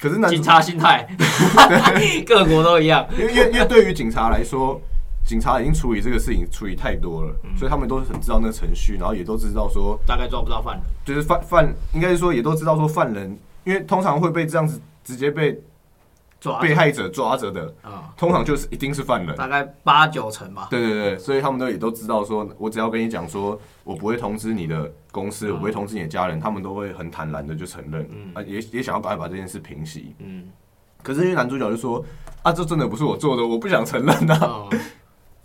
可是男警察心态， 各国都一样。 因为因为因为对于警察来说，警察已经处理这个事情处理太多了，所以他们都很知道那个程序，然后也都知道说，大概抓不到犯人。就是犯犯应该是说也都知道说犯人，因为通常会被这样子直接被抓被害者抓着的，啊、通常就是一定是犯人。大概八九成吧。对对对，所以他们都也都知道说，我只要跟你讲说，我不会通知你的公司，嗯我不会通知你的家人，他们都会很坦然的就承认，啊，也也想要赶快把这件事平息。嗯，可是因为男主角就说，啊，这真的不是我做的，我不想承认啊。哦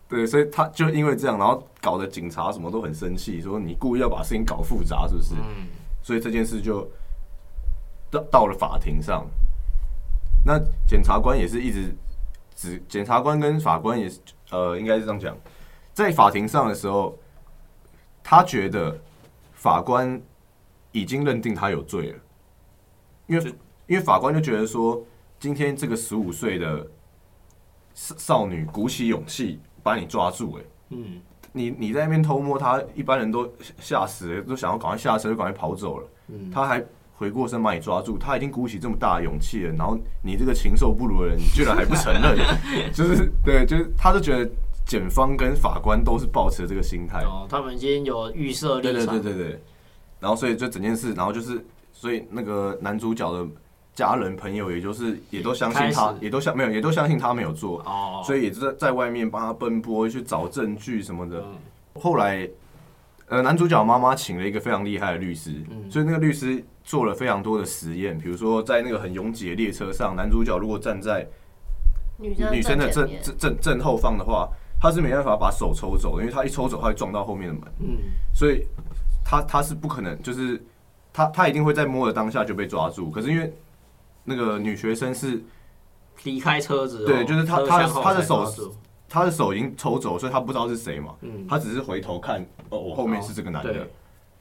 对，所以他就因为这样，然后搞得警察什么都很生气，说你故意要把事情搞复杂，是不是？嗯，所以这件事就到到了法庭上。那检察官也是一直只检察官跟法官也是呃，应该是这样讲，在法庭上的时候，他觉得法官已经认定他有罪了，因为因为法官就觉得说，今天这个十五岁的少少女鼓起勇气把你抓住、欸，嗯，你你在那边偷摸他，一般人都吓死了，都想要赶快下车，就赶快跑走了。嗯他还回过身把你抓住，他已经鼓起这么大的勇气了，然后你这个禽兽不如的人，你居然还不承 认，就是对，就是他就觉得检方跟法官都是抱持这个心态，哦，他们已经有预设对立哎对场。对对对。然后所以就整件事，然后就是所以那个男主角的家人朋友，也就是也都相信开他始，也都相没有，也都相信他没有做，哦，所以也在在外面帮他奔波去找证据什么的。嗯后来，呃，男主角妈妈请了一个非常厉害的律师，嗯所以那个律师做了非常多的实验，比如说在那个很拥挤的列车上，男主角如果站在 女生女生的正正前面正正正后方的话，他是没办法把手抽走的，因为他一抽走，他会撞到后面的门，嗯，所以他他是不可能，就是他他一定会在摸的当下就被抓住。可是因为那个女学生是离开车子哦，对就是他车厢他后他的才手抓住她的手已经抽走，所以她不知道是谁嘛，嗯，她只是回头看，哦，我后面是这个男的。对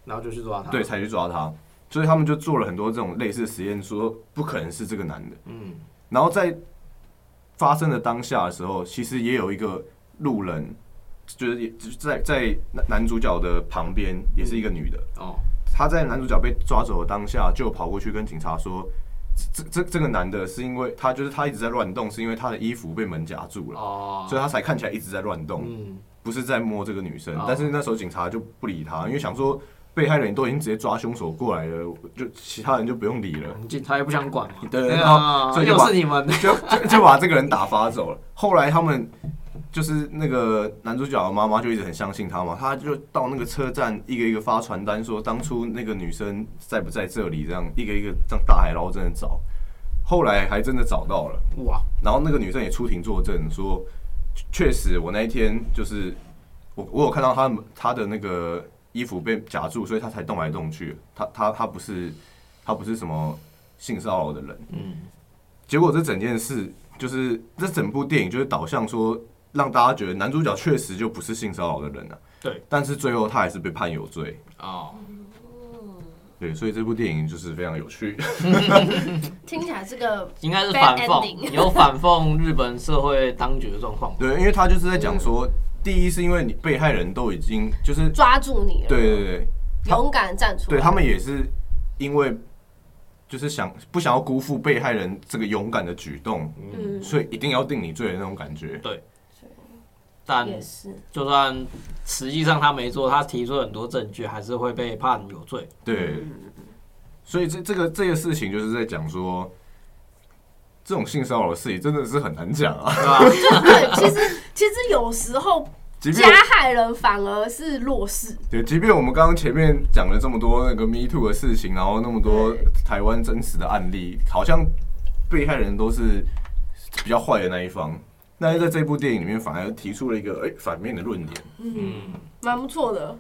然后就去抓他。对，，才去抓他。所以他们就做了很多这种类似的实验，说不可能是这个男的。嗯然后在发生的当下的时候，其实也有一个路人，就是也就是在在男男主角的旁边，也是一个女的。哦，她在男主角被抓走的当下，就跑过去跟警察说，这这这个男的是因为他就是他一直在乱动，是因为他的衣服被门夹住了，哦，所以他才看起来一直在乱动。嗯，不是在摸这个女生，哦但是那时候警察就不理他，因为想说被害人都已经直接抓凶手过来了，就其他人就不用理了，警察也不想管嘛。对啊然后所以就又把是你们。就就就把这个人打发走了。后来他们就是那个男主角的妈妈就一直很相信他嘛，他就到那个车站一个一个发传单说当初那个女生在不在这里，这样一个一个这样大海捞针的找，后来还真的找到了。哇，然后那个女生也出庭作证说，确确实我那一天就是我我有看到她她的那个衣服被夹住，所以她才动来动去。她她她不是她不是什么性骚扰的人。嗯，结果这整件事就是这整部电影就是导向说，让大家觉得男主角确实就不是性骚扰的人啊。对，但是最后他还是被判有罪。哦，嗯对，所以这部电影就是非常有趣。 听起来是个应该是 Bad 反讽， ending 有反讽日本社会当局的状况。对，因为他就是在讲说，第一是因为你被害人都已经就是抓住你了，对对对。他勇敢站出来，对他们也是因为就是想不想要辜负被害人这个勇敢的举动，嗯，所以一定要定你罪的那种感觉。但也是，就算实际上他没做，他提出了很多证据，还是会被判有罪。嗯对，所以这这个这个事情就是在讲说，这种性骚扰的事情真的是很难讲啊。对吧？ 对，其实其实有时候即便加害人反而是弱势，对，即便我们刚刚前面讲了这么多那个 Me Too 的事情，然后那么多对台湾真实的案例，好像被害人都是比较坏的那一方。但是在这部电影里面，反而提出了一个哎、反面的论点。嗯，蛮不错的。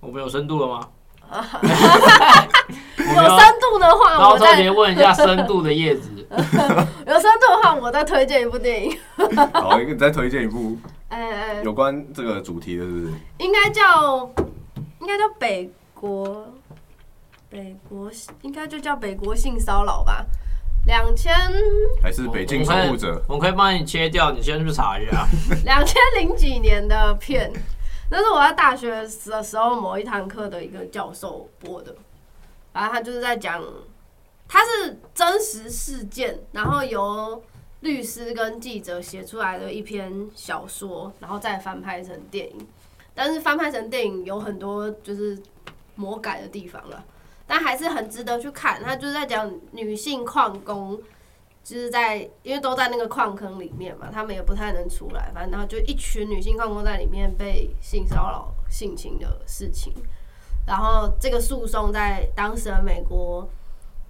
我们有深度了 吗？我们有要深度的然话，后我特再别问一下深度的叶子，有深度的话，我再推荐一部电影，好，你再推荐一 部呃，有关这个主题的，是不是？应该叫应该叫北国北国，应该就叫北国性骚扰吧。两千还是北京守护者？我们可以帮你切掉，你先去查一下。 两千零几年的片，那是我在大学的时候某一堂课的一个教授播的，然后他就是在讲它是真实事件，然后由律师跟记者写出来的一篇小说，然后再翻拍成电影。但是翻拍成电影有很多就是魔改的地方了，但还是很值得去看。它就是在讲女性矿工，就是在因为都在那个矿坑里面嘛，她们也不太能出来，反正然后就一群女性矿工在里面被性骚扰、性侵的事情。然后这个诉讼在当时的美国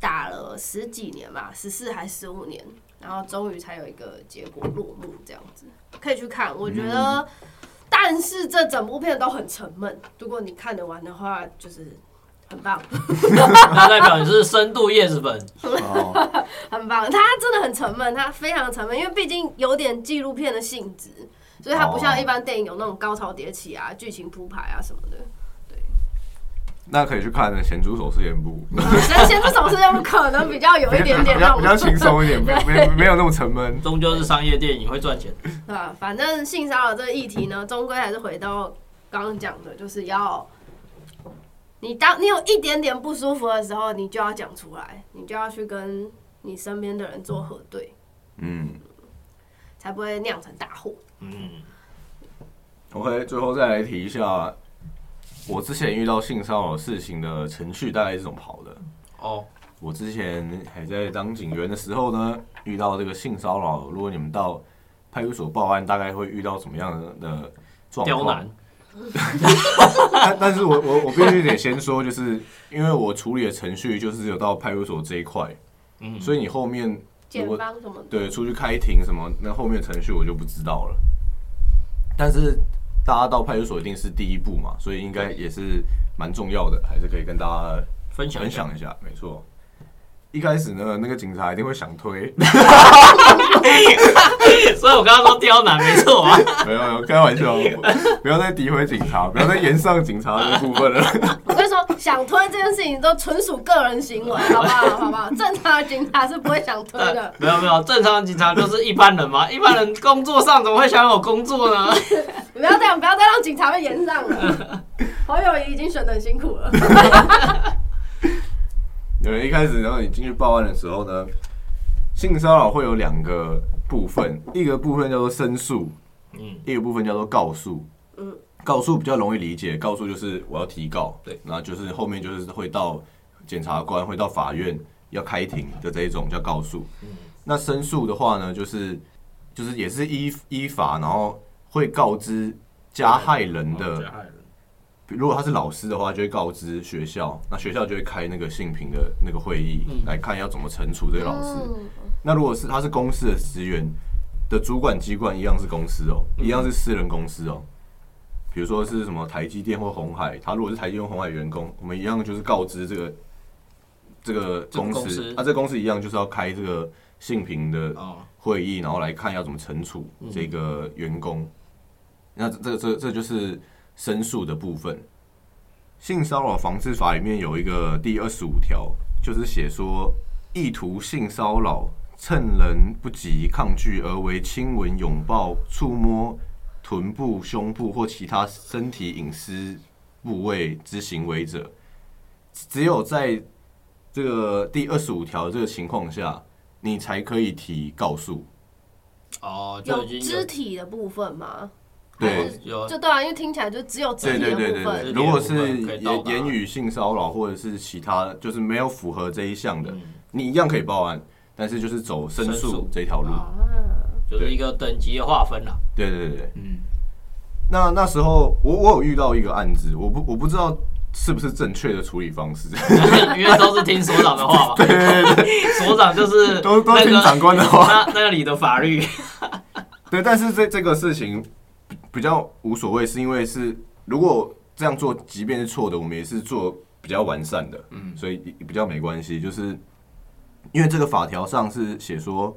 打了十几年吧，十四还十五年，然后终于才有一个结果落幕，这样子可以去看。我觉得，但是这整部片都很沉闷，如果你看得完的话，就是很棒，那代表你是深度叶子粉，哦，很棒。它真的很沉闷，它非常沉闷，因为毕竟有点纪录片的性质，所以它不像一般电影有那种高潮迭起啊、剧情铺排啊什么 的。那可以去看《咸猪手饰演部》，神仙这首是就可能比较有一点点比较那种比较轻松 一点，没没没有那么沉闷。终究是商业电影会赚钱。对吧？反正性骚扰这个议题呢，终归还是回到刚刚讲的，就是要你当你有一点点不舒服的时候，你就要讲出来，你就要去跟你身边的人做核对，嗯才不会酿成大祸。嗯， ，OK，最后再来提一下，我之前遇到性骚扰事情的程序大概是怎么跑的。哦，我之前还在当警员的时候呢，遇到这个性骚扰，如果你们到派出所报案，大概会遇到什么样的状刁况难？，但但是我我我必须得先说，就是因为我处理的程序就是只有到派出所这一块，嗯，所以你后面如检果方什么的，对出去开庭什么，那后面程序我就不知道了。但是大家到派出所一定是第一步嘛，所以应该也是蛮重要的，还是可以跟大家分享分一下享一下。没错，一开始呢，那个警察一定会想推， 所以我刚刚说刁难没错啊，没有没有，开玩笑，不不要再诋毁警察，不要再言上警察这部分了。我跟你说，想推这件事情都纯属个人行为，好不好？好不好？正常的警察是不会想推的。没有没有，正常警察就是一般人嘛，一般人工作上怎么会享有工作呢？你不要这样，不要再让警察被延上了。侯友谊已经选的很辛苦了，有人一开始，然后你进去报案的时候呢，性骚扰会有两个部分，一个部分叫做申诉，嗯，一个部分叫做告诉。嗯告诉比较容易理解，告诉就是我要提告，对，然后就是后面就是会到检察官，会到法院要开庭的这一种叫告诉。那申诉的话呢，就是就是也是依依法，然后会告知加害人的哦害人，如果他是老师的话，就会告知学校，那学校就会开那个性平的那个会议，嗯来看要怎么惩处这个老师。嗯那如果是他是公司的职员的主管机关，一样是公司哦、嗯一样是私人公司哦、比如说是什么台积电或红海，他如果是台积电或红海员工，我们一样就是告知这个这个这个公公司司，那、这个公司一样就是要开这个性平的哦，会议，然后来看要怎么惩处这个员工。那这这这这就是申诉的部分。性骚扰防治法里面有一个第二十五条，就是写说意图性骚扰，趁人不及抗拒而为亲吻、拥抱、触摸臀部、胸部或其他身体隐私部位之行为者，只有在这个第二十五条这个情况下，你才可以提告诉。哦，就有已经肢体的部分吗？对，有就对啊，因为听起来就只有对肢体对的对部对分对，分如果肢体的是部分可以到言达言语性骚扰或者是其他，就是没有符合这一项的，嗯你一样可以报案，但是就是走申申诉诉这条路。啊啊。就是一个等级的划分啦。对对对对，嗯，那那时候我我有遇到一个案子，我不我不知道是不是正确的处理方式， 因为都是听所长的话嘛， 对对对，所长就是都都那听个长官的话。那那里的法律，对，但是这这个事情比比较无所谓，是因为是如果这样做，即便是错的，我们也是做比较完善的，嗯，所以比较没关系。就是因为这个法条上是写说，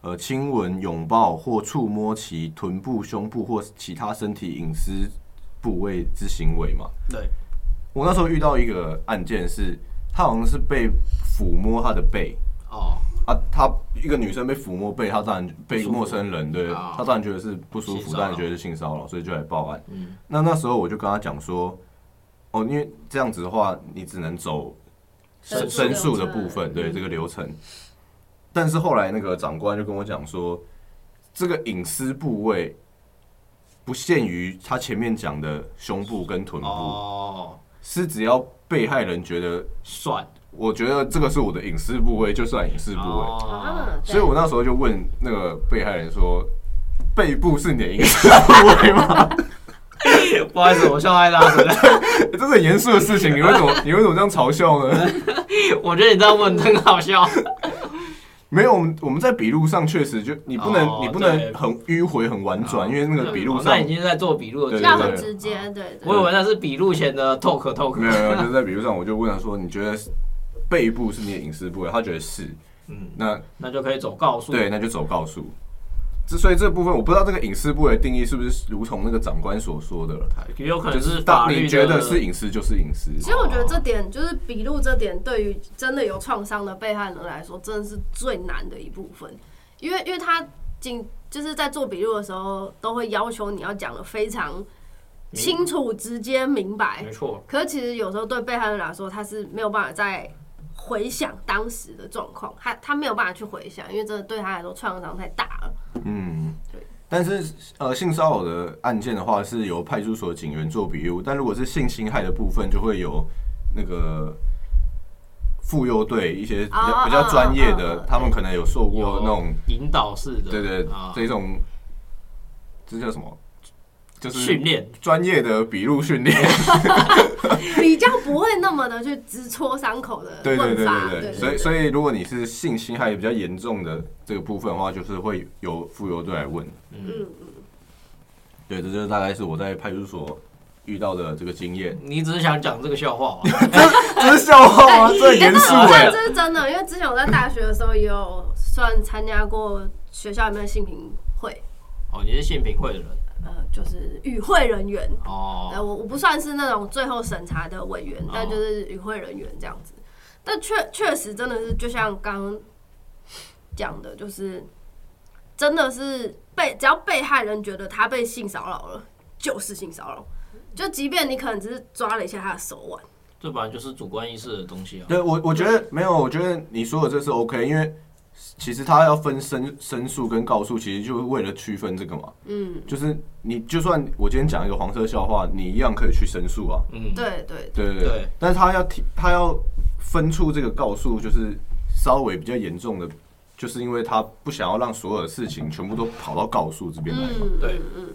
呃，亲吻、拥抱或触摸其臀部、胸部或其他身体隐私部位之行为嘛。对，我那时候遇到一个案件是，他好像是被抚摸他的背，哦，啊，她一个女生被抚摸背，她当然被陌生人，对啊，她当然觉得是不舒性服，骚扰当然觉得是性骚扰，所以就来报案。嗯那那时候我就跟她讲说，哦，因为这样子的话，你只能走申申申诉诉流的程部分，对这个流嗯程。但是后来那个长官就跟我讲说，这个隐私部位不限于他前面讲的胸部跟臀部，哦，是只要被害人觉得，算我觉得这个是我的隐私部位，就算隐私部位。哦，啊，对所以我那时候就问那个被害人说，背部是你的隐私部位吗？不好意思，我笑太大 声了。这是很严肃的事情，你为什 么你为什么这样嘲笑呢？我觉得你这样问很好笑。没有，我们我们在笔录上确实就你不能、哦你不能对很迂回很婉转，哦因为那个笔录哦上那已经在做笔录了对对对要啊很直接，对我对。以为那是笔录前的 talk talk。没有没有，就是在笔录上我就问他说，你觉得背部是你的隐私部位？他觉得是，嗯，那那就可以走告诉。对，那就走告诉。这所以这部分我不知道这个隐私部位的定义是不是如同那个长官所说的了，也有可能就是当法律的你觉得是隐私就是隐私。其实我觉得这点就是笔录这点，对于真的有创伤的被害人来说，真的是最难的一部分，因为因为他仅就是在做笔录的时候，都会要求你要讲的非常清楚、直接、明白嗯没。错，可是其实有时候对被害人来说，他是没有办法再回想当时的状况，他他没有办法去回想，因为真的对他来说创伤太大了。嗯对，但是呃，性骚扰的案件的话，是由派出所警员做笔录，但如果是性侵害的部分，就会有那个妇幼队一些比哦较比较专业哦哦的哦，他们可能有受过那种有引导式的，对对啊，这种这叫什么？就是训练。专业的笔录训练，比较不会那么的去直戳伤口的对对问对法，对对，所对以所以如果你是性侵害比较严重的这个部分的话，就是会由妇幼队来问。嗯，嗯嗯，对，这就是大概是我在派出所遇到的这个经 验。你只是想讲这个笑话吧？这是笑话吗？这很严肃哎这！这是真的，因为之前我在大学的时候也有算参加过学校里面的性平会，哦，你是性评会的人呃，就是与会人员，哦。呃，我我不算是那种最后审查的委员，但就是与会人员这样子。但确确实真的是，就像刚刚讲的，就是真的是被只要被害人觉得他被性骚扰了，就是性骚扰。就即便你可能只是抓了一下他的手腕，这本来就是主观意识的东西啊。对我，我觉得没有，我觉得你说的这是 OK，因为其实他要分申申诉跟告诉，其实就是为了区分这个嘛。嗯，就是你就算我今天讲一个黄色笑话，你一样可以去申诉啊。嗯，对对对对对。对但是他要提，他要分出这个告诉，就是稍微比较严重的，就是因为他不想要让所有的事情全部都跑到告诉这边来嘛。嗯，对嗯，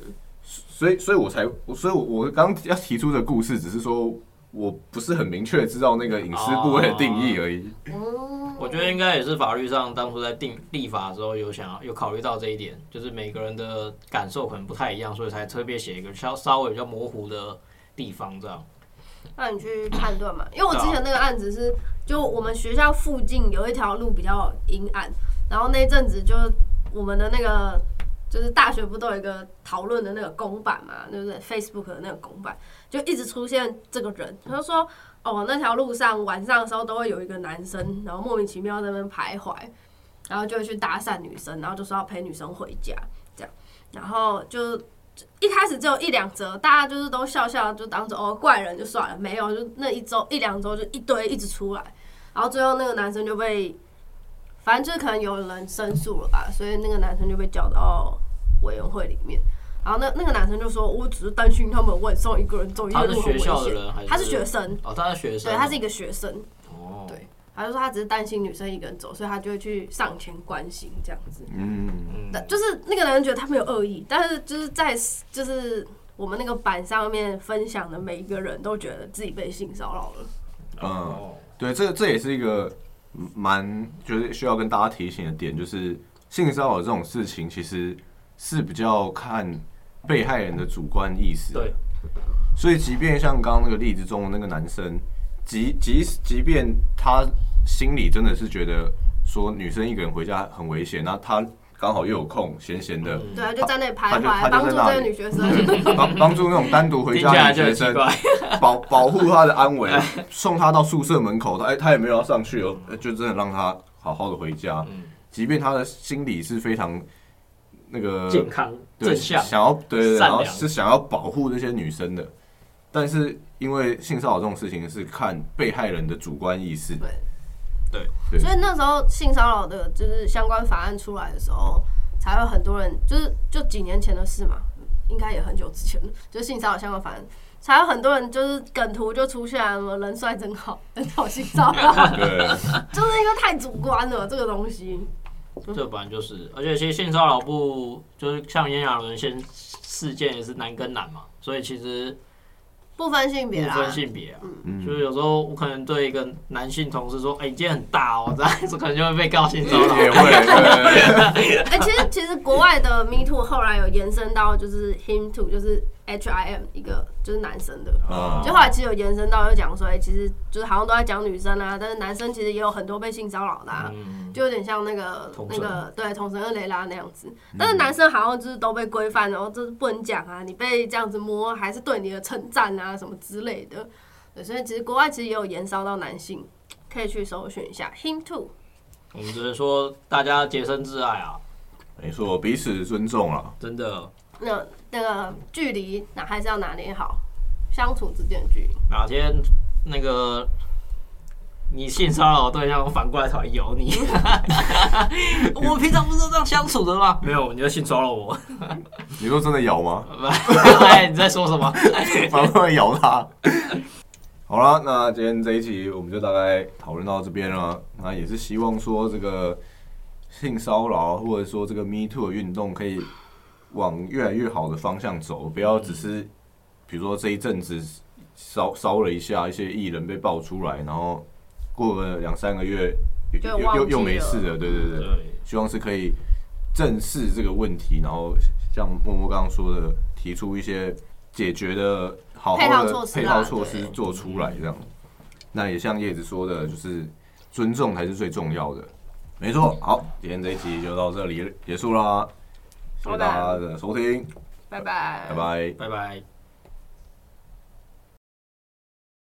所以，所以我才，所以我我刚刚要提出的故事，只是说我不是很明确知道那个隐私部位的定义而已。嗯哦，我觉得应该也是法律上当初在定立法的时候有想要有考虑到这一点，就是每个人的感受可能不太一样，所以才特别写一个稍稍微比较模糊的地方这样。那你去判断嘛，因为我之前那个案子是，就我们学校附近有一条路比较阴暗，然后那阵子就我们的那个就是大学不都有一个讨论的那个公版嘛，对不对？Facebook 的那个公版就一直出现这个人，他就说哦，那条路上晚上的时候都会有一个男生，然后莫名其妙在那边徘徊，然后就会去搭讪女生，然后就说要陪女生回家这样，然后就一开始只有一两折，大家就是都笑笑，就当做哦怪人就算了，没有就那一周一两周就一堆一直出来，然后最后那个男生就被，反正就是可能有人申诉了吧，所以那个男生就被叫到委员会里面。然后那那个男生就说：“我只是担心他们晚上一个人走夜他路是很危学校的险人还是他是学生，哦，他是学生对哦，他是一个学生，哦，对他就说他只是担心女生一个人走，所以他就会去上前关心这样子。嗯，嗯但就是那个男人觉得他没有恶意，但是就是在就是我们那个版上面分享的每一个人都觉得自己被性骚扰了。嗯嗯哦，对，这这也是一个蛮就是需要跟大家提醒的点，就是性骚扰这种事情其实是比较看被害人的主观意识。对，所以即便像刚刚那个例子中的那个男生，即即即便他心里真的是觉得说女生一个人回家很危险，那他刚好又有空，闲闲的。嗯对啊，就在那里他徘就他徊，就在帮助这那个里女学生。帮帮助那种单独回 听起来家的就很学奇生，怪。保保护他的安危，哎送他到宿舍门口，他哎他也没有要上去哦，就真的让他好好的回家，嗯，即便他的心理是非常那个健康对正向，嗯想要对对对，善然后良是想要保护这些女生的，但是因为性骚扰这种事情是看被害人的主观意识，对对对所以那时候性骚扰的就是相关法案出来的时候，才会很多人就是就几年前的事嘛，应该也很久之前了，就是性骚扰相关法案。才有很多人就是梗图就出现了，人帅真好，真好性骚扰， 对，就是因为太主观了这个东西。这本来就是，而且其实性骚扰不就是像炎亚纶现事件也是男跟男嘛，所以其实不分性不别啦，分性别啊，嗯，就是有时候我可能对一个男性同事说，哎、你今天很大哦，这样子可能就会被告性骚扰。也会，对 哎、其实其实国外的 Me Too 后来有延伸到就是 Him Too，就是 H I M 一个就是男生的， 啊就后来其实有延伸到就讲说，哎、其实就是好像都在讲女生啊，但是男生其实也有很多被性骚扰的、啊。嗯，就有点像那个同那神个对同神跟雷拉那样子，嗯但是男生好像就是都被规范，然后就是不能讲啊，你被这样子摸还是对你的称赞啊什么之类的，对，所以其实国外其实也有延烧到男性，可以去搜寻一下 him too，我们只是说大家洁身自爱啊，没错，彼此尊重了。真的，那那个距离那还是要拿捏好，相处之间的距离。哪天那个你性骚扰对象反过来讨厌咬 你，我们平常不是都这样相处的吗？没有，你就性骚扰我，你说真的咬吗？ 哎，你在说什么？ 反过来咬他。好了，那今天这一集我们就大概讨论到这边了。那也是希望说这个性骚扰或者说这个 Me Too 的运动可以往越来越好的方向走，不要只是比如说这一阵子烧烧了一下，一些艺人被爆出来，然后过了两三个月就又又忘记又又没了事了。对对对。对，希望是可以正视这个问题，然后像默默刚刚说的，提出一些解决的好配好套的措施配啦套措施对做出来，这样。那也像叶子说的，就是尊重才是最重要的。没错，好，今天这一集就到这里结束啦，谢谢大家的收听，拜拜，拜拜。拜拜。